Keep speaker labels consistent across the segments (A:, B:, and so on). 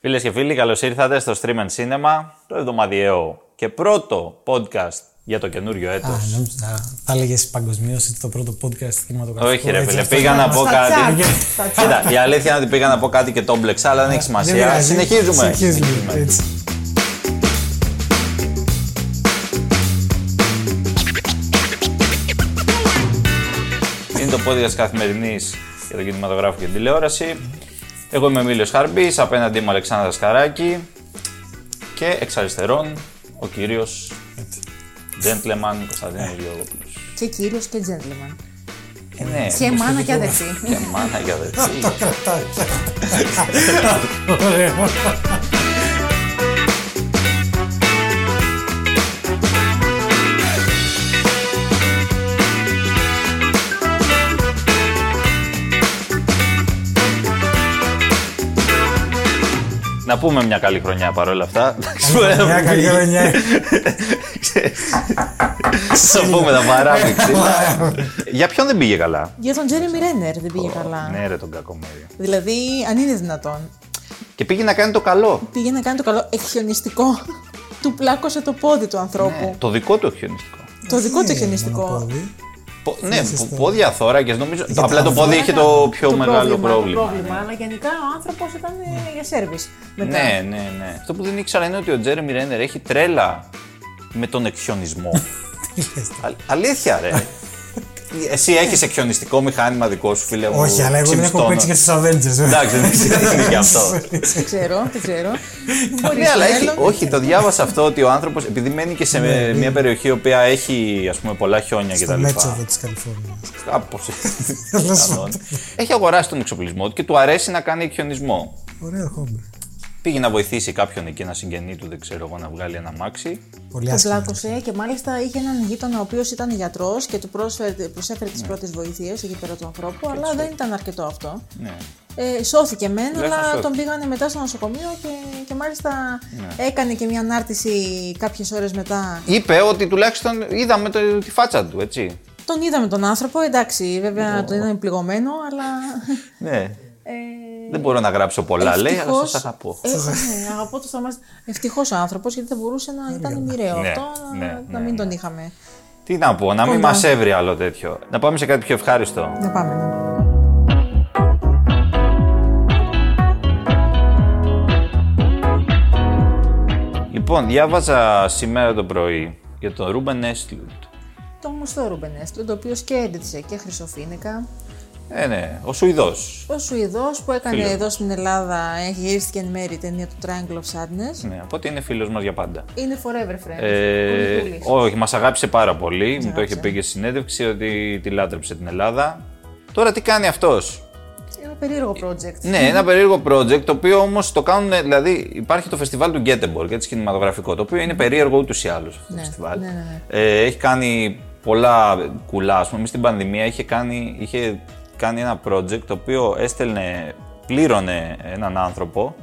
A: Φίλες και φίλοι, καλώς ήρθατε στο Stream and Cinema, το εβδομαδιαίο και πρώτο podcast για το καινούριο έτος.
B: Α, νόμιζα, να- θα έλεγες παγκοσμίως ότι το πρώτο podcast κινηματογραφικό.
A: Όχι, ρε
B: έτσι,
A: φίλε,
B: αυτό
A: πήγα
B: ήταν.
A: να πω
C: στα
A: κάτι.
C: τσάκ, στα τσάκ.
A: Κοίτα, η αλήθεια είναι ότι πήγα να πω κάτι και το μπλεξα, αλλά δεν έχει
B: Δεν
A: σημασία.
B: πειράζει.
A: Συνεχίζουμε.
B: Συνεχίζουμε. Έτσι.
A: Είναι το podcast καθημερινής για τον κινηματογράφο και την τηλεόραση. Εγώ είμαι ο Μίλιος Χαρμπής, απέναντί μου Αλεξάνδρα Σκαράκη και εξ αριστερών ο κύριος Gentleman Κωνσταντίνο Γεωργόπουλος.
C: Και κύριος και gentleman.
A: Ε, ναι,
C: Και μάνα και αδερφή.
A: και μάνα για δεύτερη.
B: Ωραίο.
A: Να πούμε μια καλή χρονιά παρόλα αυτά.
B: Μια καλή χρονιά.
A: Θα πούμε τα παράμειξη. Για ποιον δεν πήγε καλά.
C: Για τον Τζέρεμι Ρένερ δεν πήγε καλά.
A: Ναι, ρε τον κακομοίρη.
C: Δηλαδή, αν είναι δυνατόν,
A: Και πήγε να κάνει το καλό.
C: πήγε να κάνει το καλό εκχιονιστικό. του πλάκωσε το πόδι του ανθρώπου.
A: Ναι, Το Ναι, δικό του οχιονιστικό.
C: Το δικό του
B: Ε,
C: εκχιονιστικό.
B: μονοπόδι.
A: Πο- Ναι, πο- πόδια θώρακες νομίζω.
B: Για
A: Απλά το
B: τα
A: πόδι
B: θώρακα,
A: είχε το πιο μεγάλο πρόβλημα.
C: Αλλά γενικά ο άνθρωπος ήταν ε, για σερβις. μετά.
A: Ναι, ναι, ναι. Αυτό που δεν ήξερα είναι ότι ο Τζέρεμι Ρένερ έχει τρέλα με τον εκχιονισμό.
B: Τι λες τώρα.
A: Α- Αλήθεια, ρε. Εσύ έχεις εκχιονιστικό μηχάνημα δικό σου, φίλε μου.
B: Όχι, αλλά εγώ δεν έχω
A: ψιμιστώνω.
B: παίξει και στου Avengers.
A: Εντάξει, δεν ξέρει γι' αυτό.
C: Δεν ξέρω, δεν ξέρω. Μπορεί
A: Ναι, αλλά
C: στο
A: έχει,
C: μέλλον.
A: όχι, το διάβασα αυτό ότι ο άνθρωπος, επειδή μένει και σε μια περιοχή η οποία έχει ας πούμε, πολλά χιόνια
B: Το
A: κτλ.
B: μέτσο της Καλιφόρνιας.
A: Κάπως πιθανόν. Έχει αγοράσει τον εξοπλισμό του και του αρέσει να κάνει χιονισμό.
B: Ωραίο χόμπι.
A: Πήγε να βοηθήσει κάποιον εκεί, ένα συγγενή του, δεν ξέρω εγώ, να βγάλει ένα μάξι.
B: Πολύ
C: Τον
B: άσχημο.
C: πλάκωσε και μάλιστα είχε έναν γείτονα ο οποίος ήταν γιατρός και του πρόσφερε, προσέφερε
A: Ναι.
C: τι πρώτες βοηθείε εκεί πέρα του ανθρώπου, αλλά δεν ήταν αρκετό αυτό.
A: Ναι.
C: Ε, σώθηκε μεν, αλλά
A: σώθηκε.
C: τον πήγανε μετά στο νοσοκομείο και, και μάλιστα
A: Ναι.
C: έκανε και μια ανάρτηση κάποιες ώρες μετά.
A: Είπε ότι τουλάχιστον είδαμε το, τη φάτσα του, έτσι.
C: Τον είδαμε τον άνθρωπο, εντάξει, βέβαια τον είδαμε πληγωμένο, αλλά.
A: Ναι.
C: Ε,
A: Δεν μπορώ να γράψω πολλά, λέει, αλλά
C: ευτυχώς-
A: σας αγαπώ.
C: Ε, ναι, αγαπώ το σταμάτη. Ευτυχώς ο άνθρωπος, γιατί θα μπορούσε να ήταν μοιραίο
A: Ναι,
C: αυτό, να,
A: ναι,
C: να
A: ναι,
C: μην τον είχαμε.
A: Τι να πω, να μην
C: Κοντά.
A: μας έβρει άλλο τέτοιο. Να πάμε σε κάτι πιο ευχάριστο.
C: Να πάμε. ναι.
A: Λοιπόν, διάβαζα σήμερα το πρωί για τον Ρούμπεν Έσλουντ.
C: Το μουστό Ρούμπεν Έσλουντ, ο οποίος κέρδισε και Χρυσοφίνικα.
A: Ε, ναι, ο Σουηδός.
C: Ο Σουηδός που έκανε
A: Φίλε.
C: εδώ στην Ελλάδα, έχει γυρίστηκε εν μέρη η ταινία του Triangle of Sadness.
A: Ναι, οπότε είναι φίλος μας για πάντα.
C: Είναι forever friend.
A: Ε,
C: Ε...
A: όχι, μας αγάπησε πάρα πολύ. Μου το είχε
C: αγάπησε.
A: πει και στη συνέντευξη ότι τη λάτρεψε την Ελλάδα. Τώρα τι κάνει αυτός.
C: Ένα περίεργο project.
A: Ναι, ένα περίεργο project το οποίο όμως το κάνουν. Δηλαδή, υπάρχει το φεστιβάλ του Γκέτεμπορκ, έτσι κινηματογραφικό, το οποίο είναι περίεργο ούτως ή άλλως αυτό το
C: Ναι,
A: φεστιβάλ.
C: ναι, ναι, ναι.
A: Ε, έχει κάνει πολλά κουλά. Ας πούμε, στην πανδημία είχε κάνει, είχε κάνει ένα project το οποίο έστελνε, πλήρωνε έναν άνθρωπο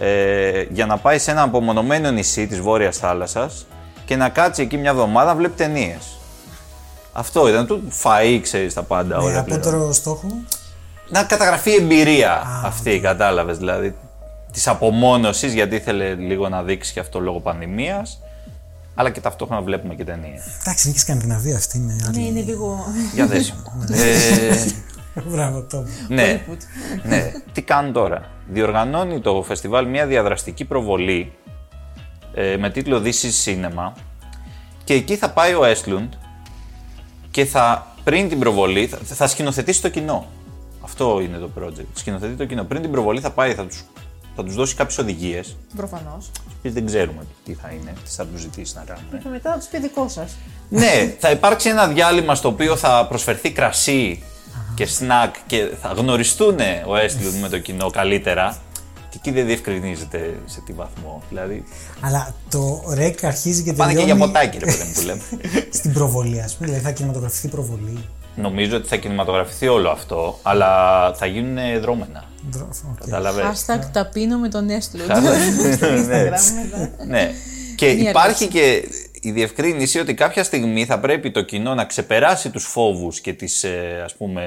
A: ε, για να πάει σε ένα απομονωμένο νησί της Βόρειας Θάλασσας και να κάτσει εκεί μια εβδομάδα να βλέπει ταινίες. Αυτό ήταν. Του φαΐ, ξέρεις τα
C: Ναι,
A: πάντα
B: Ε,
A: όλα. πλήρωνε
B: Απότερο στόχο.
A: να καταγραφεί η εμπειρία αυτή, κατάλαβες δηλαδή. Της απομόνωσης, γιατί ήθελε λίγο να δείξει και αυτό λόγω πανδημίας. Αλλά και ταυτόχρονα βλέπουμε και ταινίες.
B: Εντάξει, είναι και Σκανδιναβία αυτή. Είναι
C: Ναι,
B: άλλη.
C: είναι λίγο.
A: Για δέσιμο. ε,
B: Μπράβο, τόπο.
A: ναι, ναι. Τι κάνουν τώρα. Διοργανώνει το φεστιβάλ μια διαδραστική προβολή ε, με τίτλο This is Cinema και εκεί θα πάει ο Έστλουντ και θα πριν την προβολή θα, θα σκηνοθετήσει το κοινό. Αυτό είναι το project. Σκηνοθετεί το κοινό. Πριν την προβολή θα πάει, θα τους, θα τους δώσει κάποιες οδηγίες,
C: Προφανώς.
A: τις οποίες δεν ξέρουμε τι θα είναι, τι θα τους ζητήσει να κάνουν.
C: Και μετά τους πει δικό σας.
A: Ναι, θα υπάρξει ένα διάλειμμα στο οποίο θα προσφερθεί κρασί και σνακ και θα γνωριστούν ο Έστλιντ με το κοινό καλύτερα. Και εκεί δεν διευκρινίζεται σε τι βαθμό. Δηλαδή,
B: Αλλά το ρεκ αρχίζει και
A: πάνε και για
B: τελειώνει
A: ποτάκι, ρε παιδί μου που λέμε.
B: στην προβολή, ας πούμε. Δηλαδή θα κινηματογραφηθεί προβολή.
A: Νομίζω ότι θα κινηματογραφηθεί όλο αυτό, αλλά θα γίνουν δρόμενα.
B: Δρο- οκ.
A: Καταλαβαίνεις.
C: Hashtag ταπείνω με τον Έσλουντ.
A: Ναι. ναι. Και
C: Μία
A: υπάρχει και η διευκρίνηση ότι κάποια στιγμή θα πρέπει το κοινό να ξεπεράσει τους φόβους και τις ε, ας πούμε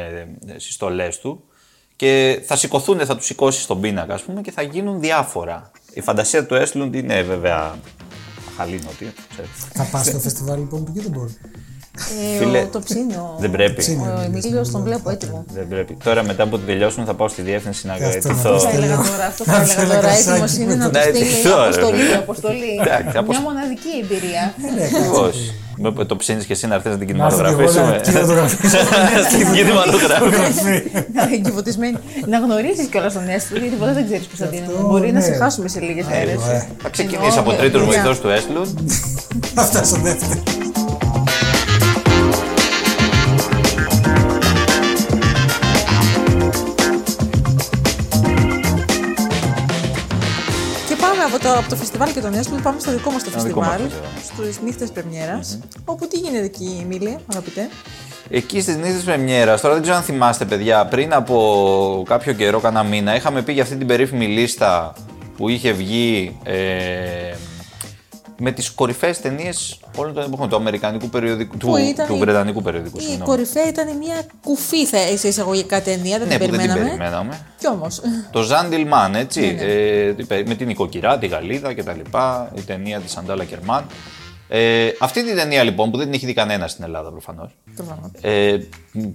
A: ε, συστολές του και θα σηκωθούν, θα τους σηκώσει στον πίνακα, ας πούμε, και θα γίνουν διάφορα. Η φαντασία του Έσλουντ είναι βέβαια αχαλήνοτη. ξέρεις.
B: Θα πας στο φεστιβάλ λοιπόν που και δεν μπορεί.
C: Ε,
A: Φίλε,
C: ο, το ψήνω.
A: Δεν
B: Ψήνω.
A: πρέπει.
C: Ο Εμίλιος τον βλέπω έτοιμο.
A: Δεν πρέπει. Τώρα μετά που τελειώσουμε θα πάω στη διεύθυνση να
B: αυτό να
A: γαϊτηθώ.
B: πεις.
C: Θα έλεγα τώρα αυτό που
B: Να
C: έλεγα
B: φέρω
C: τώρα.
B: κρασάκι
C: Έτοιμος είναι
B: με
C: να
B: το-
C: το
A: Ε, Ναι,
C: στείλει.
A: τώρα.
C: Αποστολή, αποστολή.
A: Εντάξει,
C: Μια
A: αποσ-
C: μοναδική εμπειρία.
B: Ναι, κάτσε.
A: Ακριβώς. Με που το ψήνεις και εσύ να έρθεις να την
B: Να έρθω κι εγώ να
A: κινηματογραφήσουμε.
B: κινηματογραφήσω.
A: Στην κινηματογραφή.
C: Να είναι εγκυβωτισμένη. Να γνωρίσεις κιόλας τον Έσπλου, γιατί ποτέ δεν ξέρεις Κωνσταντίνο.
B: Αυτό,
C: Μπορεί να
B: ναι.
C: σε χάσουμε σε λίγες μέρε.
B: ε.
A: Θα ξεκινήσει από
C: Εννοώ,
A: τρίτο
C: παιδιά.
A: βοηθό του Έσλουντ.
B: Θα φτάσω δεύτερο.
C: Και πάμε από το, από το φεστιβάλ και τον Έσπλου, πάμε στο δικό μας το
A: Στο δικό μας
C: φεστιβάλ,
A: φεστιβάλ.
C: στις νύχτες Πρεμιέρας. Όπου τι γίνεται εκεί, Μίλη, αγαπητέ.
A: Εκεί στις νύχτες Πρεμιέρας, τώρα δεν ξέρω αν θυμάστε, παιδιά, πριν από κάποιο καιρό, κανένα μήνα, είχαμε πει για αυτή την περίφημη λίστα που είχε βγει ε, με τις κορυφαίες ταινίες όλων των εποχών του Αμερικανικού περιοδικού, του,
C: Που ήταν
A: του
C: η-
A: Βρετανικού περιοδικού.
C: Η
A: συγγνώμη.
C: κορυφαία ήταν μια κουφή θε- σε εισαγωγικά ταινία, δεν
A: Ναι,
C: την
A: που δεν την
C: περιμέναμε.
A: περιμέναμε.
C: Κι όμως.
A: Το Ζάντιλμαν, έτσι.
C: Ναι, ναι.
A: Ε, τι είπε, με την οικοκυρά, τη Γαλλίδα και τα λοιπά, η ταινία της Αντάλα Κερμάν. Ε, αυτή την ταινία λοιπόν που δεν την έχει δει κανένα στην Ελλάδα προφανώς. Ε,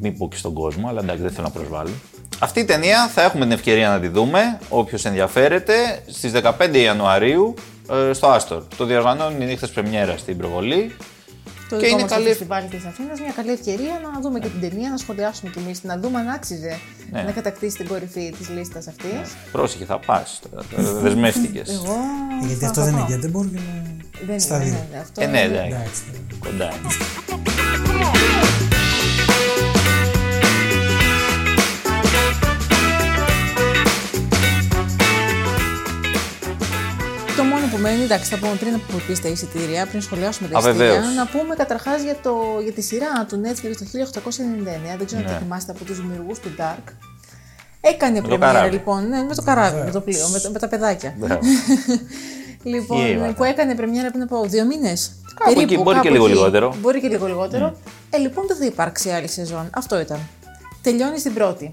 A: μην πω και στον κόσμο, αλλά εντάξει, δεν θέλω να προσβάλλω. Αυτή η ταινία θα έχουμε την ευκαιρία να τη δούμε, όποιος ενδιαφέρεται, στις 15 Ιανουαρίου ε, στο Άστορ. Το διοργανώνει η νύχτα πρεμιέρα στην προβολή.
C: Το
A: Και
C: δικό
A: είναι
C: μας
A: καλή-
C: το φεστιβάλ της Αθήνας, μια καλή ευκαιρία να δούμε και την ταινία, να σχολιάσουμε κι εμείς, να δούμε αν άξιζε
A: Ναι.
C: να κατακτήσει την κορυφή της λίστας αυτής.
A: Πρόσεχε, θα πας. Ε, Δεσμεύτηκες.
C: Εγώ.
B: Γιατί
C: θα-
B: αυτό
C: θα
B: δεν
C: πάω.
B: είναι γιατί δεν μπορεί να.
C: Δεν
B: Στα
C: είναι,
B: δύο.
C: ναι, ναι, αυτό
A: Ε, ναι,
C: είναι-
A: εντάξει,
B: Εντάξει.
A: κοντά είναι.
C: Το μόνο που μένει, εντάξει, θα πούμε πριν από πεις τα εισιτήρια, πριν σχολιάσουμε τα
A: Α,
C: εισιτήρια,
A: βεβαίως.
C: να πούμε καταρχάς για, το- για τη σειρά του Netflix το 1899. Δεν ξέρω αν
A: Ναι.
C: το θυμάστε από τους δημιουργούς του Dark. Έκανε πρεμιέρα
A: καράβι.
C: λοιπόν, ναι, με το καράβι, με το πλοίο, με, το- με τα παιδάκια.
A: Ναι.
C: λοιπόν,
A: Γεύματα.
C: που έκανε πρεμιέρα πριν από δύο μήνες.
A: Κάπου εκεί, μπορεί και λίγο λιγότερο. Ναι.
C: Μπορεί και λίγο λιγότερο. Ε, λοιπόν, δεν θα υπάρξει άλλη σεζόν. Αυτό ήταν. Τελειώνει στην πρώτη.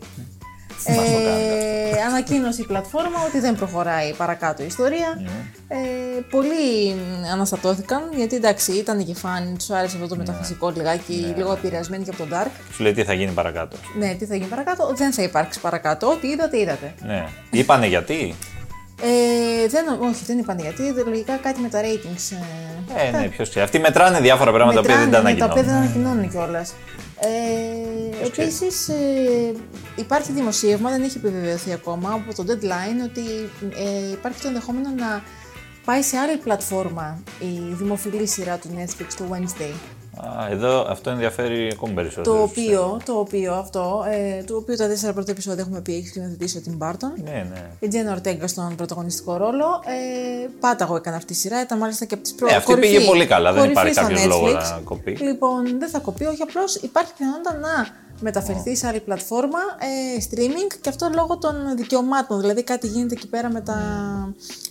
C: Ε,
A: Μας το κάνετε
C: ανακοίνωσε η πλατφόρμα ότι δεν προχωράει παρακάτω η ιστορία.
A: Ναι.
C: Ε, πολλοί μ, αναστατώθηκαν γιατί εντάξει ήταν και φαν, τους άρεσε αυτό το
A: Ναι.
C: μεταφυσικό λιγάκι, λίγο επηρεασμένοι και από τον Dark.
A: Σου λέει τι θα γίνει παρακάτω.
C: Ναι, τι θα γίνει παρακάτω, δεν θα υπάρξει παρακάτω. Ό,τι είδατε, είδατε.
A: Ναι. Είπανε γιατί.
C: Ε, δεν, όχι, δεν είπαν γιατί. δε- Λογικά κάτι με τα ratings. ε,
A: Ε, ναι, ποιος ξέρει. Αυτοί μετράνε διάφορα πράγματα που δεν τα
C: Μετράνε, ναι, τα οποία δεν
A: ανακοινώνουν.
C: ανακοινώνουν κιόλας. Ε,
A: ξέρει.
C: Επίση, ε, υπάρχει δημοσίευμα, δεν έχει επιβεβαιωθεί ακόμα από το deadline ότι ε, υπάρχει το ενδεχόμενο να πάει σε άλλη πλατφόρμα η δημοφιλή σειρά του Netflix το Wednesday.
A: Α, εδώ αυτό ενδιαφέρει ακόμη περισσότερο.
C: Το οποίο, το οποίο αυτό, ε, το οποίο τα τέσσερα πρώτα επεισόδια έχουμε πει έχει σκηνοθετήσει ο Tim Burton.
A: Ναι, ναι.
C: Η Τζένα Ορτέγκα στον πρωταγωνιστικό ρόλο. Ε, πάταγο έκανε αυτή η σειρά, ήταν μάλιστα και από τις πρώτε.
A: Ε, αυτή πήγε πολύ καλά, δεν υπάρχει κάποιος λόγος να κοπεί.
C: Λοιπόν, δεν θα κοπεί, όχι απλώς υπάρχει πιθανότητα να μεταφερθεί σε άλλη πλατφόρμα ε, streaming και αυτό λόγω των δικαιωμάτων. Δηλαδή κάτι γίνεται εκεί πέρα με, τα,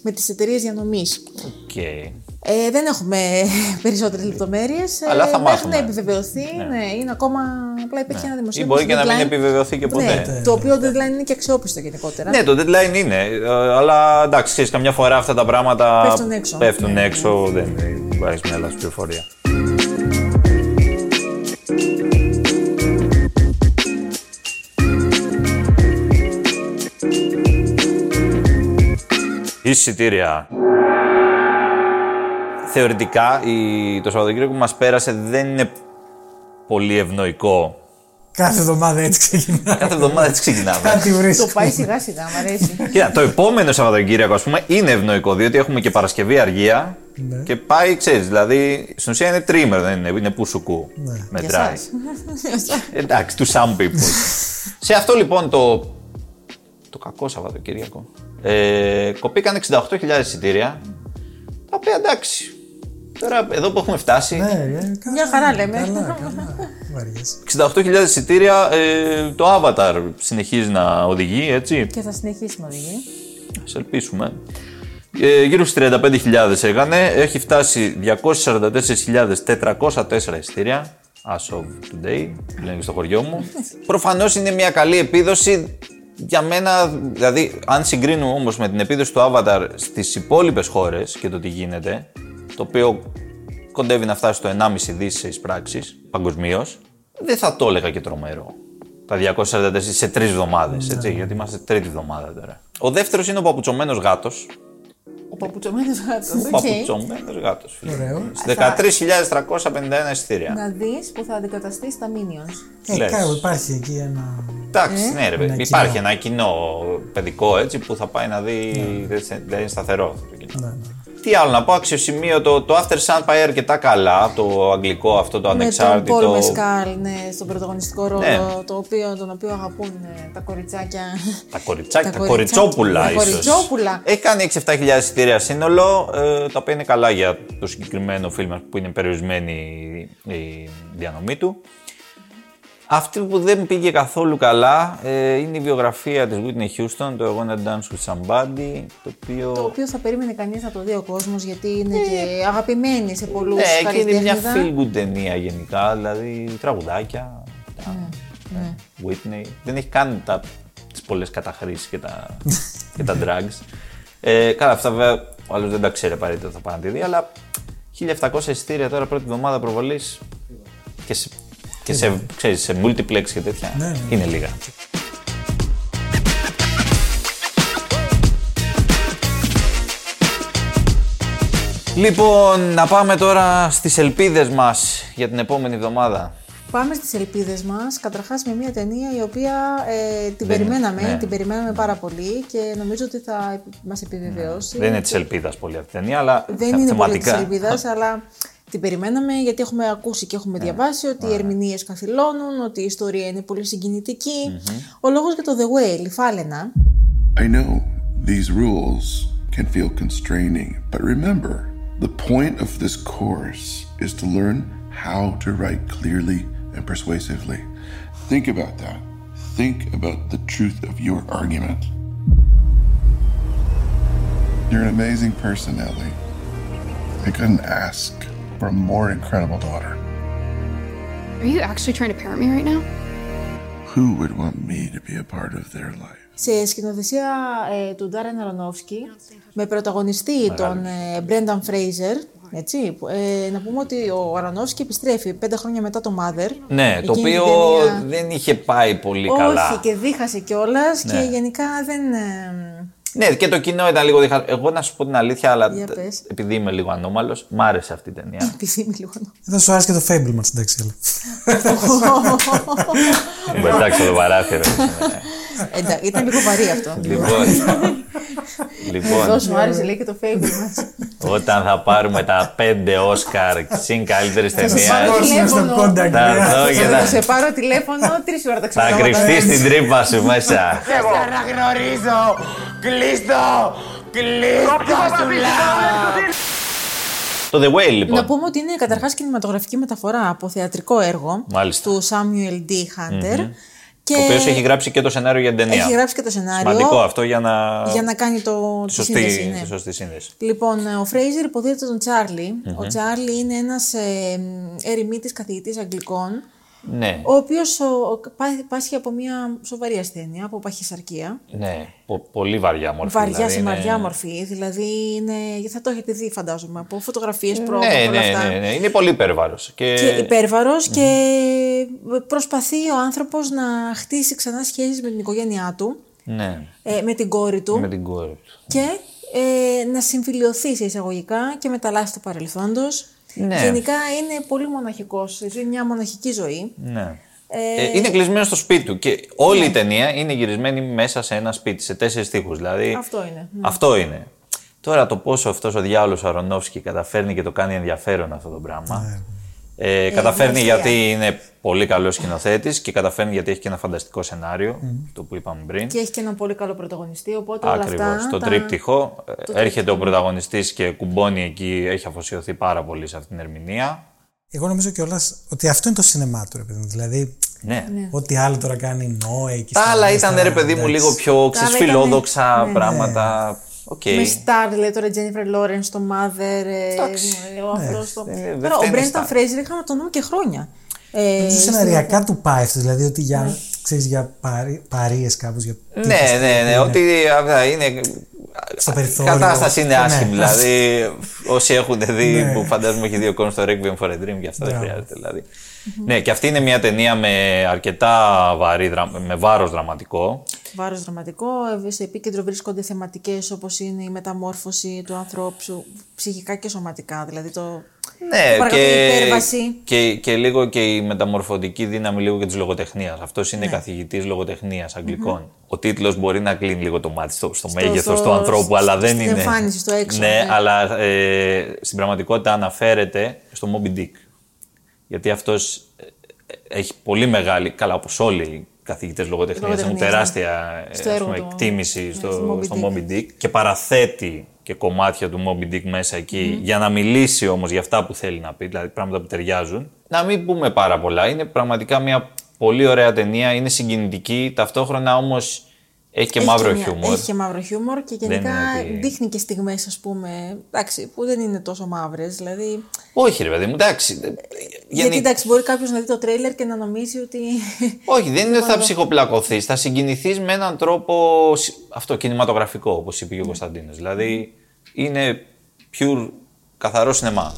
C: με τις εταιρείες διανομής.
A: Οκ.
C: Ε, δεν έχουμε περισσότερες λεπτομέρειες.
A: Ε, Αλλά θα
C: Μέχρι
A: μάθουμε. Ναι.
C: να επιβεβαιωθεί, ναι. είναι ακόμα. Απλά υπήρχε ένα
A: Ή
C: δημοσίευμα.
A: μπορεί
C: στο
A: και να μην
C: deadline.
A: επιβεβαιωθεί και ποτέ.
C: Ναι, το οποίο deadline είναι και αξιόπιστο γενικότερα.
A: Ναι, το deadline είναι. ε, Αλλά εντάξει, ξέρεις, καμιά φορά αυτά τα πράγματα
C: Πέφτουν έξω. Ναι.
A: πέφτουν έξω, δεν βάζεις μια λάθο πληροφορία. Εισιτήρια. Θεωρητικά η- το Σαββατοκύριακο που μας πέρασε δεν είναι πολύ ευνοϊκό.
B: Κάθε εβδομάδα έτσι ξεκινάει.
A: Κάθε εβδομάδα έτσι ξεκινάμε.
B: Κάτι
C: Το
B: βρίσκω.
C: πάει σιγά σιγά, μου αρέσει.
A: Κοίτα, το επόμενο Σαββατοκύριακο, ας πούμε, είναι ευνοϊκό, διότι έχουμε και Παρασκευή αργία.
B: Ναι.
A: Και πάει, ξέρεις, δηλαδή στην ουσία είναι τρίμερο, δεν είναι, είναι που σου κου.
B: Ναι.
A: Μετράει.
C: εσάς. Για εσάς.
A: Εντάξει, to some people. Σε αυτό λοιπόν το. το κακό Σαββατοκύριακο. Ε, κοπήκαν 68.000 εισιτήρια. Τα οποία εντάξει. Τώρα εδώ που έχουμε φτάσει.
B: Ναι, ρε, καλά,
C: Μια χαρά λέμε.
B: Καλά, καλά. Μ' αρέσει.
A: 68.000 εισιτήρια, ε, το Avatar συνεχίζει να οδηγεί, έτσι.
C: Και θα συνεχίσει να οδηγεί.
A: Ας ελπίσουμε. Ε, γύρω στις 35.000 έκανε. Έχει φτάσει 244.404 εισιτήρια. As of today, λένε και στο χωριό μου. Προφανώς είναι μια καλή επίδοση. για μένα, δηλαδή, αν συγκρίνουμε όμως με την επίδοση του Avatar στις υπόλοιπες χώρες και το τι γίνεται, το οποίο κοντεύει να φτάσει στο 1,5 δις σε εισπράξεις παγκοσμίως, δεν θα το έλεγα και τρομερό. Τα 244 σε τρεις εβδομάδες, έτσι, γιατί είμαστε τρίτη εβδομάδα τώρα. Ο δεύτερος είναι ο παπουτσωμένος γάτος.
C: Ο παπουτσωμένος γάτος.
A: Okay. Παπουτσωμένος γάτος.
B: Ωραίο.
A: 13.351 εισιτήρια.
C: Να δεις που θα αντικαταστήσει τα Minions.
B: Ε,
A: λες.
B: κάπου υπάρχει εκεί ένα.
A: Εντάξει, ναι, ρε,
B: Ένα κοινό.
A: υπάρχει ένα κοινό παιδικό έτσι που θα πάει να δει. Δεν, σε- δεν είναι σταθερό αυτό το κοινό.
B: Ναι, ναι.
A: Τι άλλο να πω, αξιοσημείωτο. Το After Sun πάει αρκετά καλά. Το αγγλικό αυτό, το
C: Με τον
A: ανεξάρτητο.
C: Πολ Μεσκάλ, ναι, στον πρωταγωνιστικό ρόλο,
A: Ναι.
C: το οποίο, τον οποίο αγαπούν ε, τα κοριτσάκια.
A: Τα κοριτσάκια,
C: Τα
A: τα,
C: κοριτσάκια,
A: κοριτσόπουλα,
C: τα
A: ίσως.
C: κοριτσόπουλα.
A: Έχει κάνει 6-7 χιλιάδες εισιτήρια σύνολο, ε, τα οποία είναι καλά για το συγκεκριμένο φιλμ που είναι περιορισμένη η- η διανομή του. Αυτή που δεν πήγε καθόλου καλά ε, είναι η βιογραφία της Whitney Houston, το I Wanna Dance With Somebody, το οποίο...
C: το οποίο θα περίμενε κανείς να το δει ο κόσμος, γιατί είναι και αγαπημένη σε πολλούς
A: ναι, και
C: καλλιτέχνε.
A: Ε. είναι μια feel good ταινία γενικά, δηλαδή τραγουδάκια, τα... Whitney. Δεν έχει καν τα, τις πολλές καταχρήσεις και τα, και τα drugs. Ε, καλά, αυτά βέβαια ο άλλος δεν τα ξέρει απαραίτητα θα πάει να τη δει, αλλά 1700 εισιτήρια τώρα πρώτη εβδομάδα προβολής και σε, και σε, ξέρεις, σε multiplex και τέτοια
B: Ναι, ναι, ναι.
A: είναι λίγα. Λοιπόν, να πάμε τώρα στις ελπίδες μας για την επόμενη εβδομάδα.
C: Πάμε στις ελπίδες μας, καταρχάς με μια ταινία η οποία ε, την περιμέναμε,
A: ναι.
C: την περιμέναμε πάρα πολύ και νομίζω ότι θα μας επιβεβαιώσει.
A: Δεν είναι της ελπίδας πολύ αυτή η ταινία, αλλά
C: Δεν
A: θε-
C: είναι πολύ της
A: θεματικά.
C: ελπίδας, αλλά την περιμέναμε γιατί έχουμε ακούσει και
A: Ναι.
C: έχουμε διαβάσει ότι οι ερμηνείες καθυλώνουν, ότι η ιστορία είναι πολύ συγκινητική. Ο λόγος για το The Whale, η Φάλαινα,
D: I know these rules can feel constraining, but remember, the point of this course is to learn how to write clearly and persuasively. Think about that. Think about the truth of your argument. You're an amazing person, Ellie. I couldn't ask for a more incredible daughter.
E: Are you actually trying to parent me right now?
D: Who would want me to be a part of their life?
C: σε σκηνοθεσία ε, του Ντάρεν Αρονόφσκι, με πρωταγωνιστή τον ε, Μπρένταν Φρέιζερ. Έτσι, που- ε, να πούμε ότι ο Αρονόφσκι επιστρέφει πέντε χρόνια μετά το Mother.
A: Ναι, το
C: Εκείνη την
A: οποίο
C: ταινία-
A: δεν είχε πάει πολύ
C: Όχι,
A: καλά.
C: και δίχασε κιόλας
A: Ναι.
C: και γενικά δεν. ε,
A: Ναι, και το κοινό ήταν λίγο διχα... Εγώ να σου πω την αλήθεια, αλλά
C: Για
A: τ-
C: πες.
A: επειδή είμαι λίγο ανώμαλος, μ' άρεσε αυτή η ταινία.
C: Επειδή είμαι λίγο.
B: Δεν σου άρεσε και το Fableman, εντάξει. αλλά.
A: Εντάξει, το παράθυρο.
C: Εντάξει, ήταν λίγο βαρύ αυτό.
A: λοιπόν. λοιπόν,
C: Εδώ σου άρεσε λέει και το Fable μας.
A: όταν θα πάρουμε τα πέντε Όσκαρ συν καλύτερη ταινία,
C: πάρω
B: Πρόσεχε στο
C: τηλέφωνο.
B: contact,
A: θα
B: ναι.
A: έρθω και
C: Θα
A: θα,
C: σε πάρω τηλέφωνο τρεις ώρα τα
A: θα
C: ξυπνάω.
A: κρυφτεί στην τρύπα σου μέσα. το The Whale,
C: Να
A: λοιπόν.
C: πούμε ότι είναι καταρχάς κινηματογραφική μεταφορά από θεατρικό έργο
A: Μάλιστα.
C: του Samuel D. Hunter. Και
A: Ο οποίος έχει γράψει και το σενάριο για την ταινία.
C: έχει γράψει και το σενάριο.
A: Σημαντικό αυτό για να.
C: Για να κάνει το, τη
A: τη σωστή,
C: σύνδεση. ναι.
A: τη σωστή σύνδεση.
C: Λοιπόν, ο Φρέιζερ υποδίδεται τον τσαρλι Ο Τσάρλι είναι ένας ε, ερημίτης καθηγητής Αγγλικών,
A: Ναι.
C: ο οποίος πάσχει από μια σοβαρή ασθένεια, από παχυσαρκία.
A: Ναι, πο- πολύ βαριά μορφή.
C: Βαριά
A: δηλαδή,
C: σε
A: είναι-
C: μαριά μορφή, δηλαδή είναι, θα το έχετε δει φαντάζομαι από φωτογραφίες, ναι,
A: Ναι,
C: όλα
A: ναι,
C: αυτά.
A: ναι, ναι, είναι πολύ υπέρβαρο. Και...
C: Και υπέρβαρος και προσπαθεί ο άνθρωπος να χτίσει ξανά σχέσεις με την οικογένειά του,
A: Ναι,
C: ε, με την κόρη του
A: με την κόρη του.
C: και ε, να συμφιλειωθεί σε εισαγωγικά και με τα λάθη του παρελθόντος.
A: Ναι.
C: Γενικά είναι πολύ μοναχικός, ζει μια μοναχική ζωή.
A: Ναι. Ε, είναι κλεισμένο στο σπίτι του και όλη η ταινία είναι γυρισμένη μέσα σε ένα σπίτι, σε τέσσερις τείχου. Δηλαδή,
C: Αυτό είναι, ναι.
A: Αυτό είναι. Τώρα το πόσο αυτός ο διάολος Αρονόφσκι καταφέρνει και το κάνει ενδιαφέρον αυτό το πράγμα. Ε, καταφέρνει
C: βοήθεια.
A: γιατί είναι πολύ καλός σκηνοθέτης και καταφέρνει γιατί έχει και ένα φανταστικό σενάριο, το που είπαμε πριν.
C: Και έχει και έναν πολύ καλό πρωταγωνιστή, οπότε όλα
A: Ακριβώς.
C: αυτά...
A: Το
C: τα-
A: τρίπτυχο. ε, Έρχεται ο πρωταγωνιστής και κουμπώνει εκεί, έχει αφοσιωθεί πάρα πολύ σε αυτήν την ερμηνεία.
B: Εγώ νομίζω κιόλας ότι αυτό είναι το σινεμά του, ρε παιδί μου. Δηλαδή,
A: Ναι.
B: ό,τι άλλο τώρα κάνει Νόε και
A: Τα
B: στα
A: άλλα
B: άλλα,
A: ήταν
B: στα-
A: ρε παιδί μου
B: εντάξει.
A: λίγο πιο ξέρεις,
C: άλλα ήτανε- ναι,
A: φιλόδοξα πράγματα. Οκ.
C: Με Star, λέει τώρα Jennifer Lawrence, το Mother, ε, ε, ο αυτός το...
A: δεν- δεν
C: Τώρα, ο
A: φταίνει
C: Brendan
A: Star.
C: Fraser είχαμε τον νόμο και χρόνια. Ε,
B: Σω σεναριακά του πάει αυτό. Δηλαδή ότι για, ξέρεις, για παρέ, παρείες κάπως. Για
A: Ναι, ναι, ναι. Ότι αυτά είναι.
B: Στο
A: Η
B: περιθώριο.
A: κατάσταση είναι
B: Ναι.
A: άσχημη. Δηλαδή, όσοι έχουν δει,
B: Ναι.
A: που φαντάζομαι έχει δει ο κόσμο στο Requiem for a Dream και αυτά δεν
B: Μπράβο.
A: χρειάζεται. Δηλαδή. Ναι, και αυτή είναι μια ταινία με αρκετά βαρύ, δρα- με βάρος δραματικό.
C: Βάρος δραματικό. ε, Στο επίκεντρο βρίσκονται θεματικές όπως είναι η μεταμόρφωση του ανθρώπου ψυχικά και σωματικά. Δηλαδή το.
A: Ναι,
C: το
A: και,
C: υπέρβαση.
A: και, και λίγο και η μεταμορφωτική δύναμη λίγο και της λογοτεχνίας. Αυτός είναι
C: Ναι.
A: καθηγητής λογοτεχνίας Ο τίτλος μπορεί να κλείνει λίγο το μάτι στο, στο, μέγεθος
C: στο-
A: του ανθρώπου, αλλά δεν
C: στην
A: είναι.
C: εμφάνιση, στο έξω,
A: Ναι,
C: ναι.
A: αλλά ε, στην πραγματικότητα αναφέρεται στο Moby Dick. Γιατί αυτός έχει πολύ μεγάλη. Καλά, όπως όλοι οι καθηγητές λογοτεχνίας έχουν
C: Λογοτεχνίας, ναι.
A: τεράστια ε,
C: Στο
A: ας
C: έργο
A: πούμε,
C: του-
A: εκτίμηση
C: ναι,
A: στο,
C: στο Moby
A: στο
C: Dick.
A: Moby Dick και παραθέτει και κομμάτια του Moby Dick μέσα εκεί για να μιλήσει όμως για αυτά που θέλει να πει, δηλαδή πράγματα που ταιριάζουν. Να μην πούμε πάρα πολλά. Είναι πραγματικά μια πολύ ωραία ταινία. Είναι συγκινητική. Ταυτόχρονα όμως έχει και
C: Έχει
A: μαύρο
C: μια-
A: χιούμορ.
C: Έχει και μαύρο χιούμορ και γενικά
A: είναι ότι-
C: δείχνει και στιγμές, ας πούμε, εντάξει, που δεν είναι τόσο μαύρες. Δηλαδή.
A: Όχι, ρε παιδί μου, εντάξει. ε,
C: Γιατί
A: γενικά-
C: εντάξει, μπορεί κάποιος να δει το τρέιλερ και να νομίζει ότι.
A: Όχι, δεν είναι ότι θα ψυχοπλακωθείς. Θα συγκινηθείς με έναν τρόπο σι- αυτό, κινηματογραφικό, όπως είπε και ο Κωνσταντίνος. Δηλαδή είναι pure καθαρό σινεμά.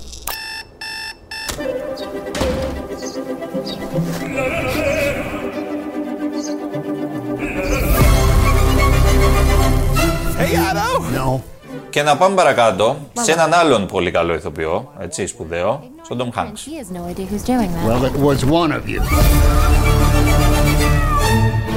A: Και να πάμε παρακάτω σε έναν άλλον πολύ καλό ηθοποιό, έτσι, σπουδαίο, στον Ντομ Χάνξ.
F: She has no idea who's doing that.
G: Well, it was one of you.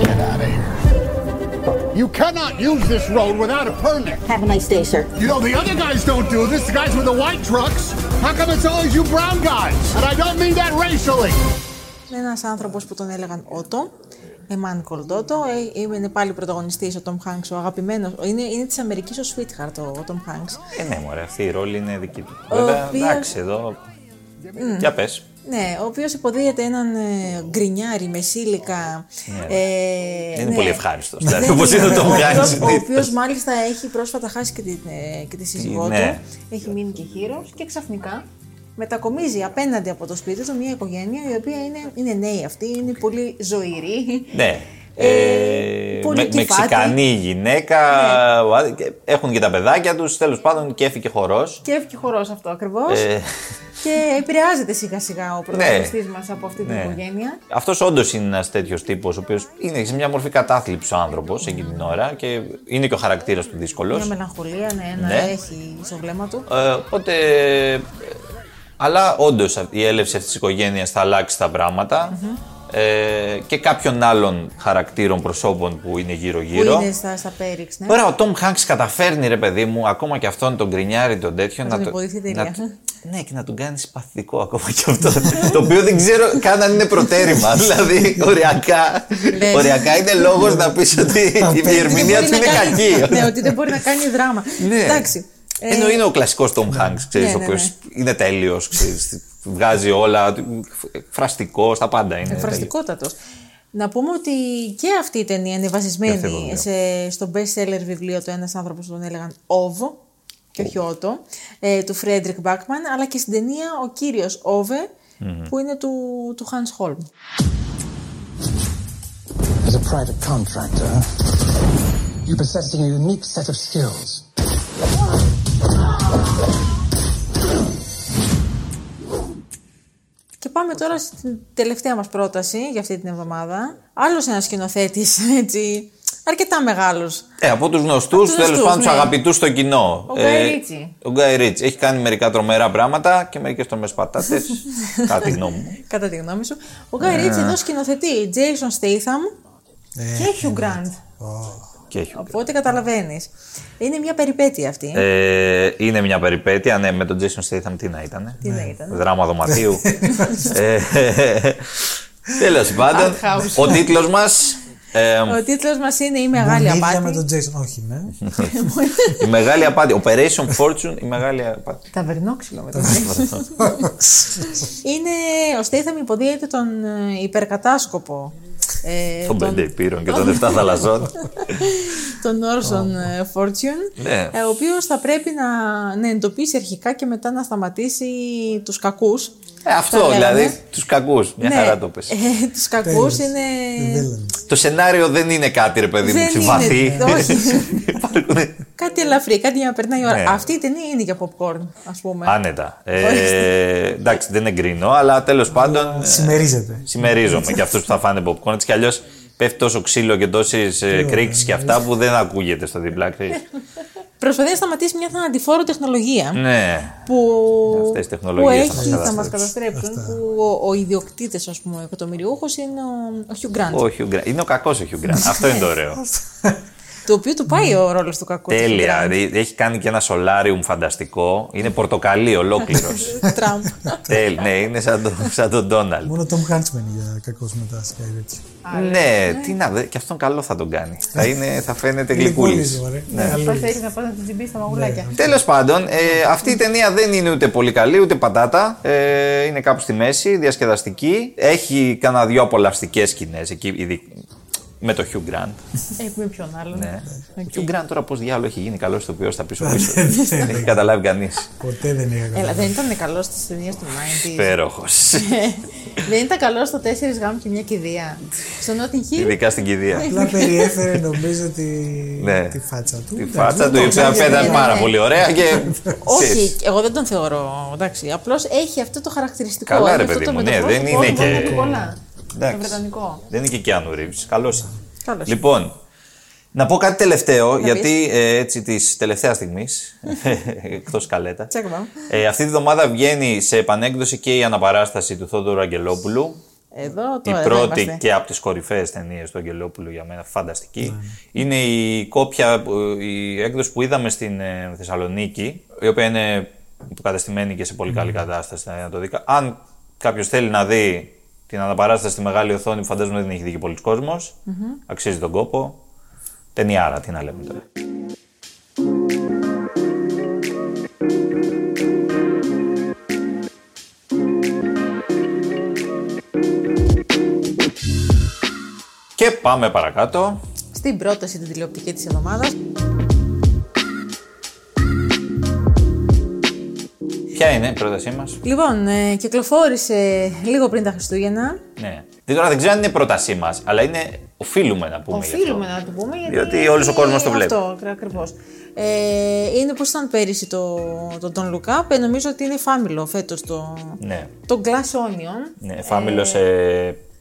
G: Get out of here. You cannot use this road without a permit.
H: Have a nice day, sir.
G: You know, the other guys don't do this. The guys with the white trucks. How come it's always you brown guys? And I don't mean that racially.
C: Ένα άνθρωπος που τον έλεγαν Ότο, Εμάν Κολντότο, ε, είναι πάλι πρωταγωνιστής ο Τόμ Χάγκ, ο αγαπημένος. Είναι, είναι της Αμερικής ο Sweetheart ο, ο Τόμ Χάγκ.
A: Ε, ναι, μωρέ, αυτή η ρόλη είναι δική του.
C: Ο
A: Βέβαια,
C: οποίος-
A: εντάξει, εδώ. Για πες.
C: Ναι, ο οποίος υποδίεται έναν ε, γκρινιάρι με σύλικα.
A: Ναι.
C: ε, Ναι,
A: Δεν είναι πολύ ευχάριστος. Δηλαδή,
C: Δεν
A: όπω είναι το
C: ο
A: Μιάννη.
C: οποίος- Ο οποίος μάλιστα έχει πρόσφατα χάσει και, την, ε, και τη σύζυγό
A: Ναι.
C: του. Έχει μείνει και χείρος και ξαφνικά μετακομίζει απέναντι από το σπίτι του μια οικογένεια η οποία είναι, είναι νέοι αυτοί, είναι πολύ ζωηροί.
A: Ναι.
C: Ε,
A: Ε,
C: πολύ Ναι.
A: με,
C: κυφάτη.
A: μεξικανή γυναίκα. ο- και Έχουν και τα παιδάκια τους. Τέλος πάντων, κέφι και χορός.
C: Και εύκη χορός αυτό ακριβώς.
A: Ε,
C: Και επηρεάζεται σιγά σιγά ο πρωταγωνιστής μας μα από αυτή την
A: Ναι.
C: οικογένεια.
A: Αυτός όντως είναι ένας τέτοιος τύπος, ο οποίος είναι σε μια μορφή κατάθλιψης ο άνθρωπος εκείνη την ώρα και είναι και ο χαρακτήρας του δύσκολος.
C: Μια μελαγχολία, ναι, να
A: Ναι.
C: έχει στο βλέμμα του.
A: Ε, οπότε. ε, Αλλά όντως η έλευση αυτής της οικογένειας θα αλλάξει τα πραγματα Ε, και κάποιων άλλων χαρακτήρων προσώπων που είναι
C: Που
A: γύρω-γύρω.
C: είναι στα, στα πέριξ, ναι.
A: Τώρα ο Τόμ Χάγκς καταφέρνει ρε παιδί μου, ακόμα και αυτόν τον γκρινιάρι τον τέτοιο.
C: τον υποδείχθει τελεία.
A: του- ναι, και να τον κάνει συμπαθητικό ακόμα και αυτό. το οποίο δεν ξέρω καν αν είναι προτέρημα. δηλαδή, οριακά,
C: Λες.
A: οριακά είναι λόγος να πεις ότι η
C: Ότι δεν
A: ερμηνεία
C: μπορεί
A: του
C: να
A: είναι
C: κάνει-
A: κακή.
C: Ναι, ότι δεν μπορεί να κάνει δράμα.
A: Ναι.
C: Εντάξει. ε,
A: Ενώ είναι ο κλασικός Tom Hanks, ξέρεις,
C: Ναι,
A: ο
C: ναι,
A: οποίος είναι τέλειος. Βγάζει όλα. Φραστικός, τα πάντα
C: Ε,
A: είναι.
C: Φραστικότατος. Να πούμε ότι και αυτή η ταινία είναι
A: Και αυτή η
C: βασισμένη
A: βιβλίο.
C: σε, στο best seller βιβλίο του ένας άνθρωπος που τον έλεγαν Οβ και όχι Ότο, ε, του Φρέντρικ Μπάκμαν, αλλά και στην ταινία ο κύριος Όβε, που είναι του, του Hans Holm.
I: As a private contractor, you possess a unique set of skills.
C: Και πάμε τώρα στην τελευταία μας πρόταση για αυτή την εβδομάδα. Άλλος ένας σκηνοθέτης, έτσι, αρκετά μεγάλος.
A: Ε, από τους γνωστούς,
C: τους
A: τέλος
C: γνωστούς,
A: πάντων τους
C: ναι.
A: αγαπητούς στο κοινό. Ε,
C: Ο Γκάι Ρίτσι.
A: Ο Γκάι Ρίτσι. Έχει κάνει μερικά τρομερά πράγματα και μερικές τρομερές πατάτες. Κάτι γνώμη μου.
C: Κατά τη γνώμη σου. Ο Γκάι
B: Ε.
C: Ρίτσι εδώ σκηνοθετεί Jason Statham και Hugh Grant.
A: Και έχει.
C: Οπότε καταλαβαίνεις. Είναι μια περιπέτεια αυτή.
A: Ε, είναι μια περιπέτεια, ναι, με τον Jason Statham τι να ήταν.
C: Τι να ήταν.
A: Δράμα δωματίου. Τέλος πάντων,
C: Art house.
A: ο ε, τίτλος μας.
C: Ο τίτλος μας είναι Η Μεγάλη
B: Γαλλία με
C: Απάτη.
B: τον Jason. Όχι, ναι.
A: η μεγάλη απάτη. Operation Fortune, η μεγάλη απάτη.
C: Ταβερνό ξύλο με τον Είναι ο Στέιθαμ υποδίεται τον ε, υπερκατάσκοπο. ε,
A: Των πέντε υπήρων και των 7 θαλασσών.
C: τον Orson ε, Fortune,
A: Ναι.
C: ε, ο οποίος θα πρέπει να, να εντοπίσει αρχικά και μετά να σταματήσει τους κακούς.
A: Ε,
C: Θα
A: αυτό
C: λέγαμε.
A: δηλαδή, τους κακούς. Μια χαρά το πες.
C: Ναι. Ε, τους κακούς
B: Τέλειος.
C: είναι
B: The villains.
A: Το σενάριο δεν είναι κάτι, ρε παιδί μου,
C: Δεν είναι,
A: βαθύ.
C: όχι.
A: Υπάρχουν
C: Κάτι ελαφρύ, κάτι για να περνάει η ώρα.
A: Ναι.
C: Αυτή η ταινία είναι για popcorn, ας πούμε.
A: Άνετα. Ε, εντάξει, δεν εγκρίνω, αλλά τέλος πάντων.
C: Ναι.
A: ε,
B: Συμμερίζεται.
A: Συμμερίζομαι και αυτούς που θα φάνε popcorn. Έτσι κι αλλιώς πέφτει τόσο ξύλο και τόσες κρίξεις και αυτά που δεν ακούγεται στο διπλά. ξέρεις.
C: Ε. Προσπαθεί να σταματήσει μια θανατηφόρο τεχνολογία.
A: ναι.
C: που,
A: Αυτές οι τεχνολογίες θα μας
C: που έχει, θα μας
A: καταστρέψουν.
C: καταστρέψουν. Που ο, ο ιδιοκτήτης, ας πούμε, ο εκατομμυριούχος είναι ο, ο Hugh Grant.
A: Ο Hugh Grant. Είναι ο κακός ο Hugh Grant. Αυτό είναι το ωραίο.
C: Το οποίο του πάει ο ρόλος του κακού. του Hugh
A: Τέλεια.
C: Grant.
A: ρε. Έχει κάνει και ένα solarium φανταστικό. Είναι πορτοκαλί ολόκληρος.
C: Τραμπ.
A: Τέλεια. Ναι, είναι σαν τον- σαν τον Ντόναλντ.
B: Μόνο Tom Hanks μένει για κακός μετά Sky Ritchie.
A: Ναι, τι να δε, και αυτόν καλό θα τον κάνει. θα, είναι, θα φαίνεται γλυκούλης.
B: Πολύ ωραία. Ναι, αλλά-
C: Θέλει να πας να την τσιμπήσεις στα μαγουλάκια.
A: Τέλος πάντων, ε, αυτή η ταινία δεν είναι ούτε πολύ καλή ούτε πατάτα. Ε, είναι κάπου στη μέση, διασκεδαστική. Έχει κανένα δυο απολαυστικές σκηνές εκεί, ειδι- με το Hugh Grant.
C: Ε, με ποιον άλλον.
A: Ναι. Ο Hugh Grant τώρα πώς διάλογο έχει γίνει καλός ηθοποιό στα πίσω πίσω.
B: δεν-
A: δεν έχει καταλάβει κανείς.
B: Ποτέ δεν
A: Ναι.
B: είχα
C: Έλα,
B: καταλάβει.
C: δεν ήταν καλός στις ταινίες του 90s.
A: Υπέροχος.
C: δεν ήταν καλός στο 4 γάμου και μια κηδεία. Στο Notting Hill.
A: Ειδικά στην κηδεία.
B: Απλά περιέφερε νομίζω τη,
A: Ναι.
B: τη φάτσα του.
A: Τη
B: Εντάξει,
A: φάτσα
B: δεν
A: του
B: το
A: η οποία
B: ξέρω.
A: ήταν
C: ναι,
A: πάρα
C: ναι.
A: πολύ ωραία και.
C: Όχι,
A: ξέρεις,
C: εγώ δεν τον θεωρώ. Εντάξει, απλώς έχει αυτό το χαρακτηριστικό.
A: Καλά,
C: έχει
A: ρε,
C: αυτό
A: παιδί
C: το
A: μου, ναι, δεν
C: μεταπρόσωπο,
A: είναι
C: μπορεί να
A: και-
C: πει πολλά.
A: εντάξει.
C: Το βρετανικό.
A: Δεν είναι και Κιάνου Ρίβς. Καλός είναι.
C: Καλώς.
A: Λοιπόν, να πω κάτι τελευταίο, γιατί
C: πεις.
A: ε, έτσι της τελευταίας στιγμής, εκτός καλέτα.
C: Τσέκμα.
A: Ε, αυτή τη βδομάδα βγαίνει σε επανέκδοση και η αναπαράσταση του Θόδωρου Αγγελόπουλου.
C: Εδώ
A: η
C: τώρα εδώ
A: πρώτη
C: είμαστε.
A: και από τις κορυφαίες ταινίες του Αγγελόπουλου για μένα, φανταστική. Είναι η κόπια, ε, η έκδοση που είδαμε στην ε, Θεσσαλονίκη, η οποία είναι υποκαταστημένη και σε πολύ καλή κατάσταση. Να το δει. κα- Αν κάποιος θέλει να δει την αναπαράσταση στη μεγάλη οθόνη, που φαντάζομαι δεν έχει δει και πολλοί κόσμος, αξίζει τον κόπο. Ταινιάρα, τι να λέμε τώρα. Και πάμε παρακάτω.
C: Στην πρόταση την τηλεοπτική της εβδομάδας.
A: Ποια είναι η πρότασή μας?
C: Λοιπόν, ε, κυκλοφόρησε λίγο πριν τα Χριστούγεννα.
A: Ναι. Δεν, τώρα δεν ξέρω αν είναι η πρότασή μας, αλλά είναι οφείλουμε να πούμε. γι' αυτό.
C: Οφείλουμε να το πούμε. Γιατί,
A: Διότι όλος ο κόσμος το βλέπει.
C: Αυτό, ακριβώς. Ε, είναι πώς ήταν πέρυσι το, το Don Look Up. Ε, νομίζω ότι είναι φάμιλο φέτος το,
A: Ναι.
C: το Glass Onion. Ε,
A: Ναι, φάμιλο σε.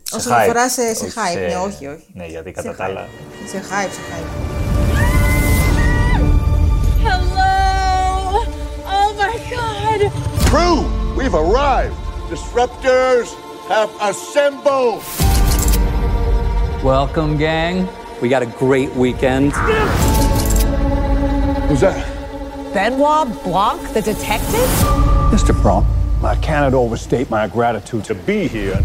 A: σε
C: όσον
A: hype.
C: αφορά σε- σε
A: Όχι
C: hype, ναι, όχι, όχι.
A: Ναι, γιατί
C: Σε
A: κατά τα άλλα.
C: Σε hype, σε hype.
F: Hello! Oh my god!
G: Crew, we've arrived. Disruptors have assembled.
H: Welcome, gang. We got a great weekend.
G: Who's that?
F: Benoit Blanc, the detective?
H: Mr. Prompt.
G: I cannot overstate my gratitude to be here.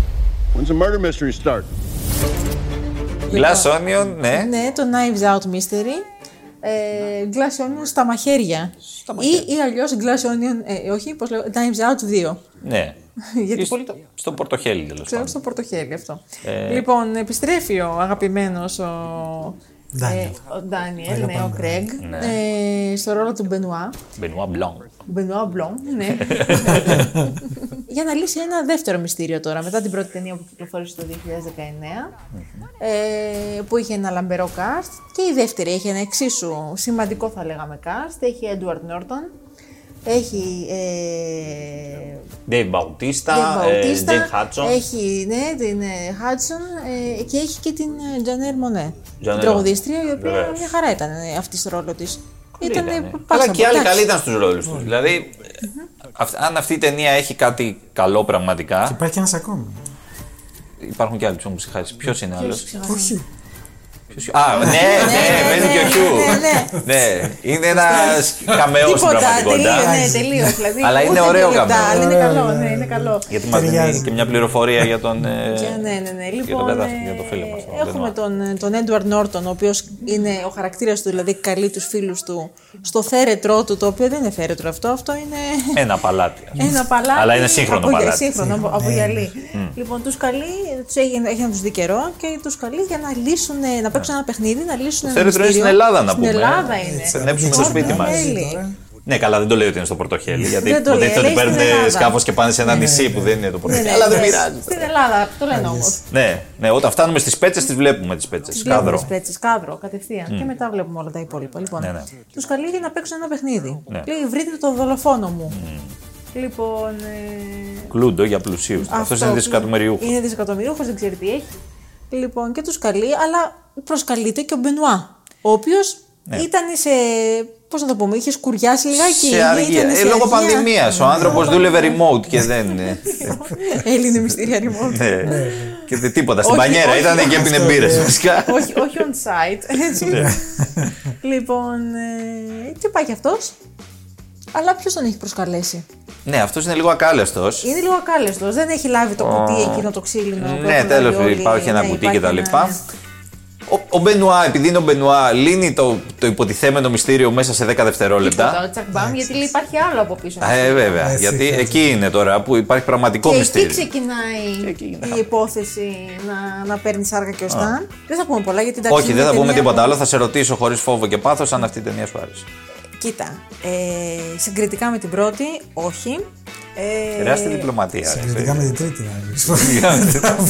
G: When's the murder mystery start?
A: Glass Onion, ναι.
C: Λοιπόν. Ναι, το Knives Out Mystery. Ε, Glass Onion στα μαχαίρια. Ή, ή αλλιώς Glass Onion, ε, όχι, πώς λέω, Knives Out 2.
A: ναι.
C: Γιατί
A: Ή
C: πολύ το-
A: Στο πορτοχέλι τέλος
C: Ξέρω
A: πάντων.
C: στο πορτοχέλι αυτό.
A: Ε.
C: Λοιπόν, επιστρέφει ο αγαπημένος ο.
B: Ντάνιελ.
C: ε, ο Ντάνιελ, ναι, ο Κρέγκ, ε, στο ρόλο του Μπενουά.
A: Μπενουά Μπλόν.
C: Μπενουά Μπλον, ναι. Για να λύσει ένα δεύτερο μυστήριο τώρα, μετά την πρώτη ταινία που κυκλοφόρησε το 2019, ε, που είχε ένα λαμπερό cast. Και η δεύτερη έχει ένα εξίσου σημαντικό, θα λέγαμε, cast. Έχει Έντουαρτ Νόρτον, έχει ε,
A: Dave Bautista, ε,
C: Bautista,
A: Jake Hudson.
C: Έχει, ναι, την ε, Hudson ε, και έχει και την ε, Τζανέρ Μονέ. Την
A: Janelle.
C: τραγουδίστρια, η οποία
A: Βεβαίως.
C: μια χαρά ήταν ε, αυτής στο ρόλο της. Ήταν
A: Ήτανε.
C: πάσα
A: Αλλά και οι άλλοι
C: εντάξει.
A: καλοί ήταν στους ρόλους τους. Δηλαδή, ε, αυ- αν αυτή η ταινία έχει κάτι καλό πραγματικά,
B: Υπάρχει ένας ακόμα.
A: υπάρχουν και άλλοι που μου χάσει. Ποιος είναι άλλο.
B: Όχι.
A: Α, ναι, ναι,
C: ναι,
A: παίζει και ο
C: ναι,
A: Χιού.
C: ναι, ναι.
A: Ναι, είναι ένα καμεό στην
C: Τίποτα, τελείω,
A: πραγματικότητα.
C: ναι, τελείως. Δηλαδή,
A: Αλλά είναι
C: ούτε
A: ωραίο
C: δύο λεπτά,
A: καμπνό.
C: αλλά Είναι καλό, ναι, είναι καλό.
A: Γιατί μας δίνει
B: Ταιριάζει.
A: και μια πληροφορία για τον. ε,
C: Και, ναι, ναι, ναι.
A: Για τον
C: Λοιπόν,
A: κατάστημα,
C: ε,
A: για τον φίλο μας. τον
C: έχουμε
A: Benoit.
C: τον, ε, τον Έντουαρντ Νόρτον, ο οποίος είναι ο χαρακτήρας του, δηλαδή καλεί τους φίλους του στο θέρετρό του, το οποίο δεν είναι θέρετρο αυτό, αυτό είναι.
A: Ένα παλάτι.
C: Ένα παλάτι.
A: Ε, Αλλά είναι σύγχρονο
C: από,
A: παλάτι.
C: Σύγχρονο, από, από γυαλί. Λοιπόν, τους καλεί, τους έχει, έχει να τους δει καιρό και τους καλεί για να λύσουν, να παίξουν ένα παιχνίδι, να λύσουν ένα
A: Θέρετρο Ναι. είναι
C: μυστήριο.
A: στην Ελλάδα, να πούμε,
C: Στην
A: ε.
C: Ελλάδα είναι.
A: Ξενέψουμε το σπίτι
C: Ωραία,
A: μας.
C: τέλει.
A: Ναι, καλά, δεν το λέει ότι είναι στο πορτοχέλι. Γιατί
C: Δεν το λέει,
A: υποτίθεται ότι
C: λέει στην
A: παίρνουν
C: Ελλάδα.
A: σκάφος και πάνε σε ένα νησί που δεν είναι το πορτοχέλι. Αλλά δεν
C: ναι.
A: πειράζει.
C: Στην Ελλάδα, το λένε όμως.
A: Ναι, ναι, όταν φτάνουμε στις πέτσες, τις βλέπουμε τις πέτσες. Κάδρο.
C: Πέτσες, κάδρο, κατευθείαν. Και μετά βλέπουμε όλα τα υπόλοιπα. Λοιπόν,
A: Mm. Ναι, ναι.
C: τους καλεί για να παίξουν ένα παιχνίδι.
A: Ναι. Mm.
C: Λέει, βρείτε το δολοφόνο μου. Λοιπόν. Ε...
A: Κλούντο για πλουσίους. Αυτό είναι
C: που
A: δισεκατομμυριούχος.
C: Είναι δισεκατομμυρίουχο, δεν ξέρει τι έχει. Λοιπόν, και τους καλεί, αλλά προσκαλείται και ο Μπενουά, ο οποίος
A: Ναι.
C: ήταν σε. Πώς να το πούμε, είχε σκουριάσει λιγάκι.
A: Σε αργία.
C: ήταν
A: Ε,
C: σε
A: λόγω
C: αργία. Ναι.
A: πανδημίας. Ο άνθρωπος δούλευε remote και δεν. ε,
C: Έλληνε μυστήρια remote.
A: ναι. Και δεν τίποτα. Στην
C: Όχι,
A: πανιέρα
C: όχι.
A: ήταν και έπινε
B: Αυτό,
A: μπύρες
B: ναι.
A: βασικά.
C: όχι, όχι on site. έτσι.
A: Ναι.
C: λοιπόν, ε, και πάει κι αυτός. Αλλά ποιος τον έχει προσκαλέσει.
A: Ναι, αυτός είναι λίγο ακάλεστος.
C: Είναι λίγο ακάλεστος. Δεν έχει λάβει το κουτί εκείνο το ξύλινο. που
A: Ναι,
C: έχουν
A: τέλος,
C: λάβει Ε, όλοι.
A: υπάρχει ένα
C: Ναι,
A: κουτί
C: υπάρχει
A: κτλ.
C: ένα- ναι.
A: Ο, ο Μπενουά, επειδή είναι ο Μπενουά, λύνει το, το υποτιθέμενο μυστήριο μέσα σε 10 δευτερόλεπτα.
C: Τίποτα, τσακμπάμ, γιατί λέει, υπάρχει άλλο από πίσω.
A: Ε, βέβαια.
B: Ε,
A: γιατί
B: εσύ,
A: εκεί είναι τώρα που υπάρχει πραγματικό
C: Και εκεί
A: μυστήριο.
C: ξεκινάει
A: εκεί γίνεται
C: η υπόθεση να, να παίρνει σάρκα και οστά. Δεν θα πούμε πολλά γιατί εντάξει.
A: Όχι,
C: είναι
A: δεν θα
C: μια
A: πούμε
C: ταινία
A: τίποτα
C: που-
A: άλλο. Θα σε ρωτήσω χωρίς φόβο και πάθος αν αυτή η ταινία σου άρεσε.
C: Κοίτα, ε, συγκριτικά με την πρώτη, όχι. Ε,
A: Χρειάζεται διπλωματία. ρε,
B: Συγκριτικά
A: φίλε.
B: με την τρίτη, να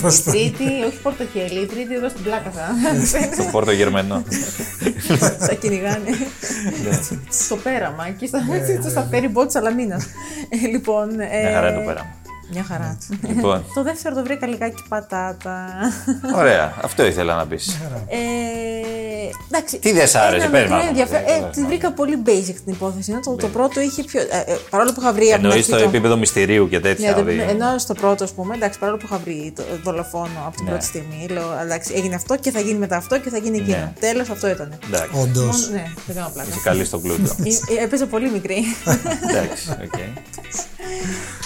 B: Πώς το-
C: Τρίτη, όχι πορτοχέλι, η τρίτη εδώ στην πλάκα θα,
A: Το πόρτο γερμανό.
C: θα κυνηγάνε.
A: Ναι,
C: στο πέραμα, εκεί στα, στα περιμπό τη Αλαμίνα. λοιπόν, ε,
A: Μια χαρά είναι το πέραμα.
C: Μια χαρά.
A: Λοιπόν,
C: το δεύτερο το βρήκα λιγάκι πατάτα.
A: ωραία. Αυτό ήθελα να πεις.
C: Ε, εντάξει,
A: Τι δεν σ' άρεσε,
C: ένα
A: πες
C: μικρό
A: μας,
C: ενδιαφέρον-
A: πες
C: Ε,
A: μας.
C: τη βρήκα πολύ basic την υπόθεση. Το, το πρώτο είχε πιο. ε, ε, παρόλο που είχα βρει. από την
A: Εννοεί
C: αρχή
A: το επίπεδο μυστηρίου και
C: Ναι,
A: τέτοια.
C: το-
A: δηλαδή.
C: ενώ στο πρώτο, ας πούμε, εντάξει, παρόλο που είχα βρει το δολοφόνο από την
A: Ναι.
C: πρώτη στιγμή, λέω εντάξει, έγινε αυτό και θα γίνει μετά αυτό και θα γίνει εκείνο.
A: Ναι.
C: Τέλος, αυτό ήταν.
A: Εντάξει.
B: Όντως.
C: Μόνο- Ναι, δεν κάνω πλάκα.
A: Είσαι καλή στο κλούντο.
C: Ε, ε, Έπαιζα πολύ μικρή.
A: Εντάξει, οκ.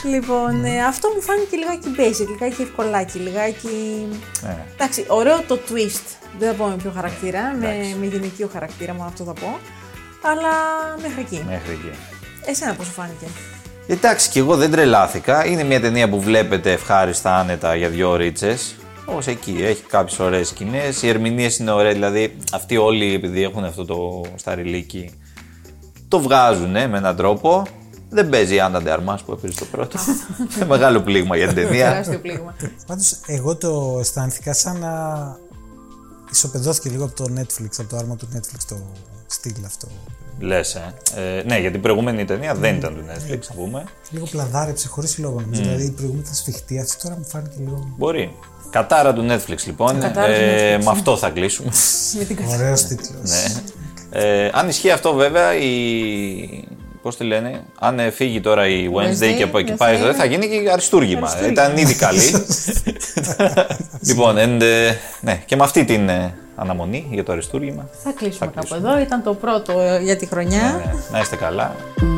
C: λοιπόν, ε, αυτό μου φάνηκε λιγάκι basic, λιγάκι ευκολάκι, λιγάκι.
A: Ναι.
C: Εντάξει, ωραίο το twist. Δεν θα πω με ποιο χαρακτήρα, με, με γυναικείο χαρακτήρα, μόνο αυτό θα πω. Αλλά μέχρι εκεί.
A: Μέχρι εκεί.
C: Εσένα πώς σου φάνηκε.
A: Εντάξει, κι εγώ δεν τρελάθηκα. Είναι μια ταινία που βλέπετε ευχάριστα άνετα για δύο ρίτσες. Όμως εκεί έχει κάποιες ωραίες σκηνές. Οι ερμηνείες είναι ωραίες, δηλαδή αυτοί όλοι επειδή έχουν αυτό το σταριλίκι το βγάζουν με έναν τρόπο. Δεν παίζει η Άννα Ντεαρμά που έπαιζε το πρώτο. Είναι μεγάλο πλήγμα για την ταινία.
C: Τεράστιο πλήγμα.
B: Πάντως, εγώ το αισθάνθηκα σαν να ισοπεδώθηκε λίγο από το Netflix, από το άρμα του Netflix το στυλ αυτό.
A: Λες, ε. ε. Ναι, γιατί η προηγούμενη ταινία δεν ήταν του Netflix, να πούμε.
B: Λίγο πλαδάρεψε χωρίς λόγο νομίζω. Δηλαδή η προηγούμενη ήταν σφιχτή, αυτή τώρα μου φάνηκε λίγο.
A: Μπορεί. Κατάρα του Netflix, λοιπόν.
C: Κατάρα του
A: Ε,
C: Netflix.
A: με αυτό θα κλείσουμε.
B: Ωραίο τίτλος.
A: Ναι. Ε, αν ισχύει αυτό βέβαια, η... πώς τη λένε, αν ε, φύγει τώρα η Wednesday
C: Wednesday,
A: και, πάει- και
C: δεν
A: πάει
C: θα
A: εδώ,
C: είναι.
A: θα γίνει και αριστούργημα. Ε,
C: Αριστούργημα.
A: Ήταν ήδη καλή. λοιπόν, and, ε, ναι, και με αυτή την ε, αναμονή για το αριστούργημα.
C: Θα κλείσουμε κάπου
A: κλείσουμε.
C: εδώ. Ήταν το πρώτο ε, για τη χρονιά.
A: Ε, να είστε καλά.